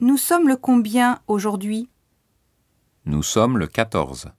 Nous sommes le combien aujourd'hui Nous sommes le 14.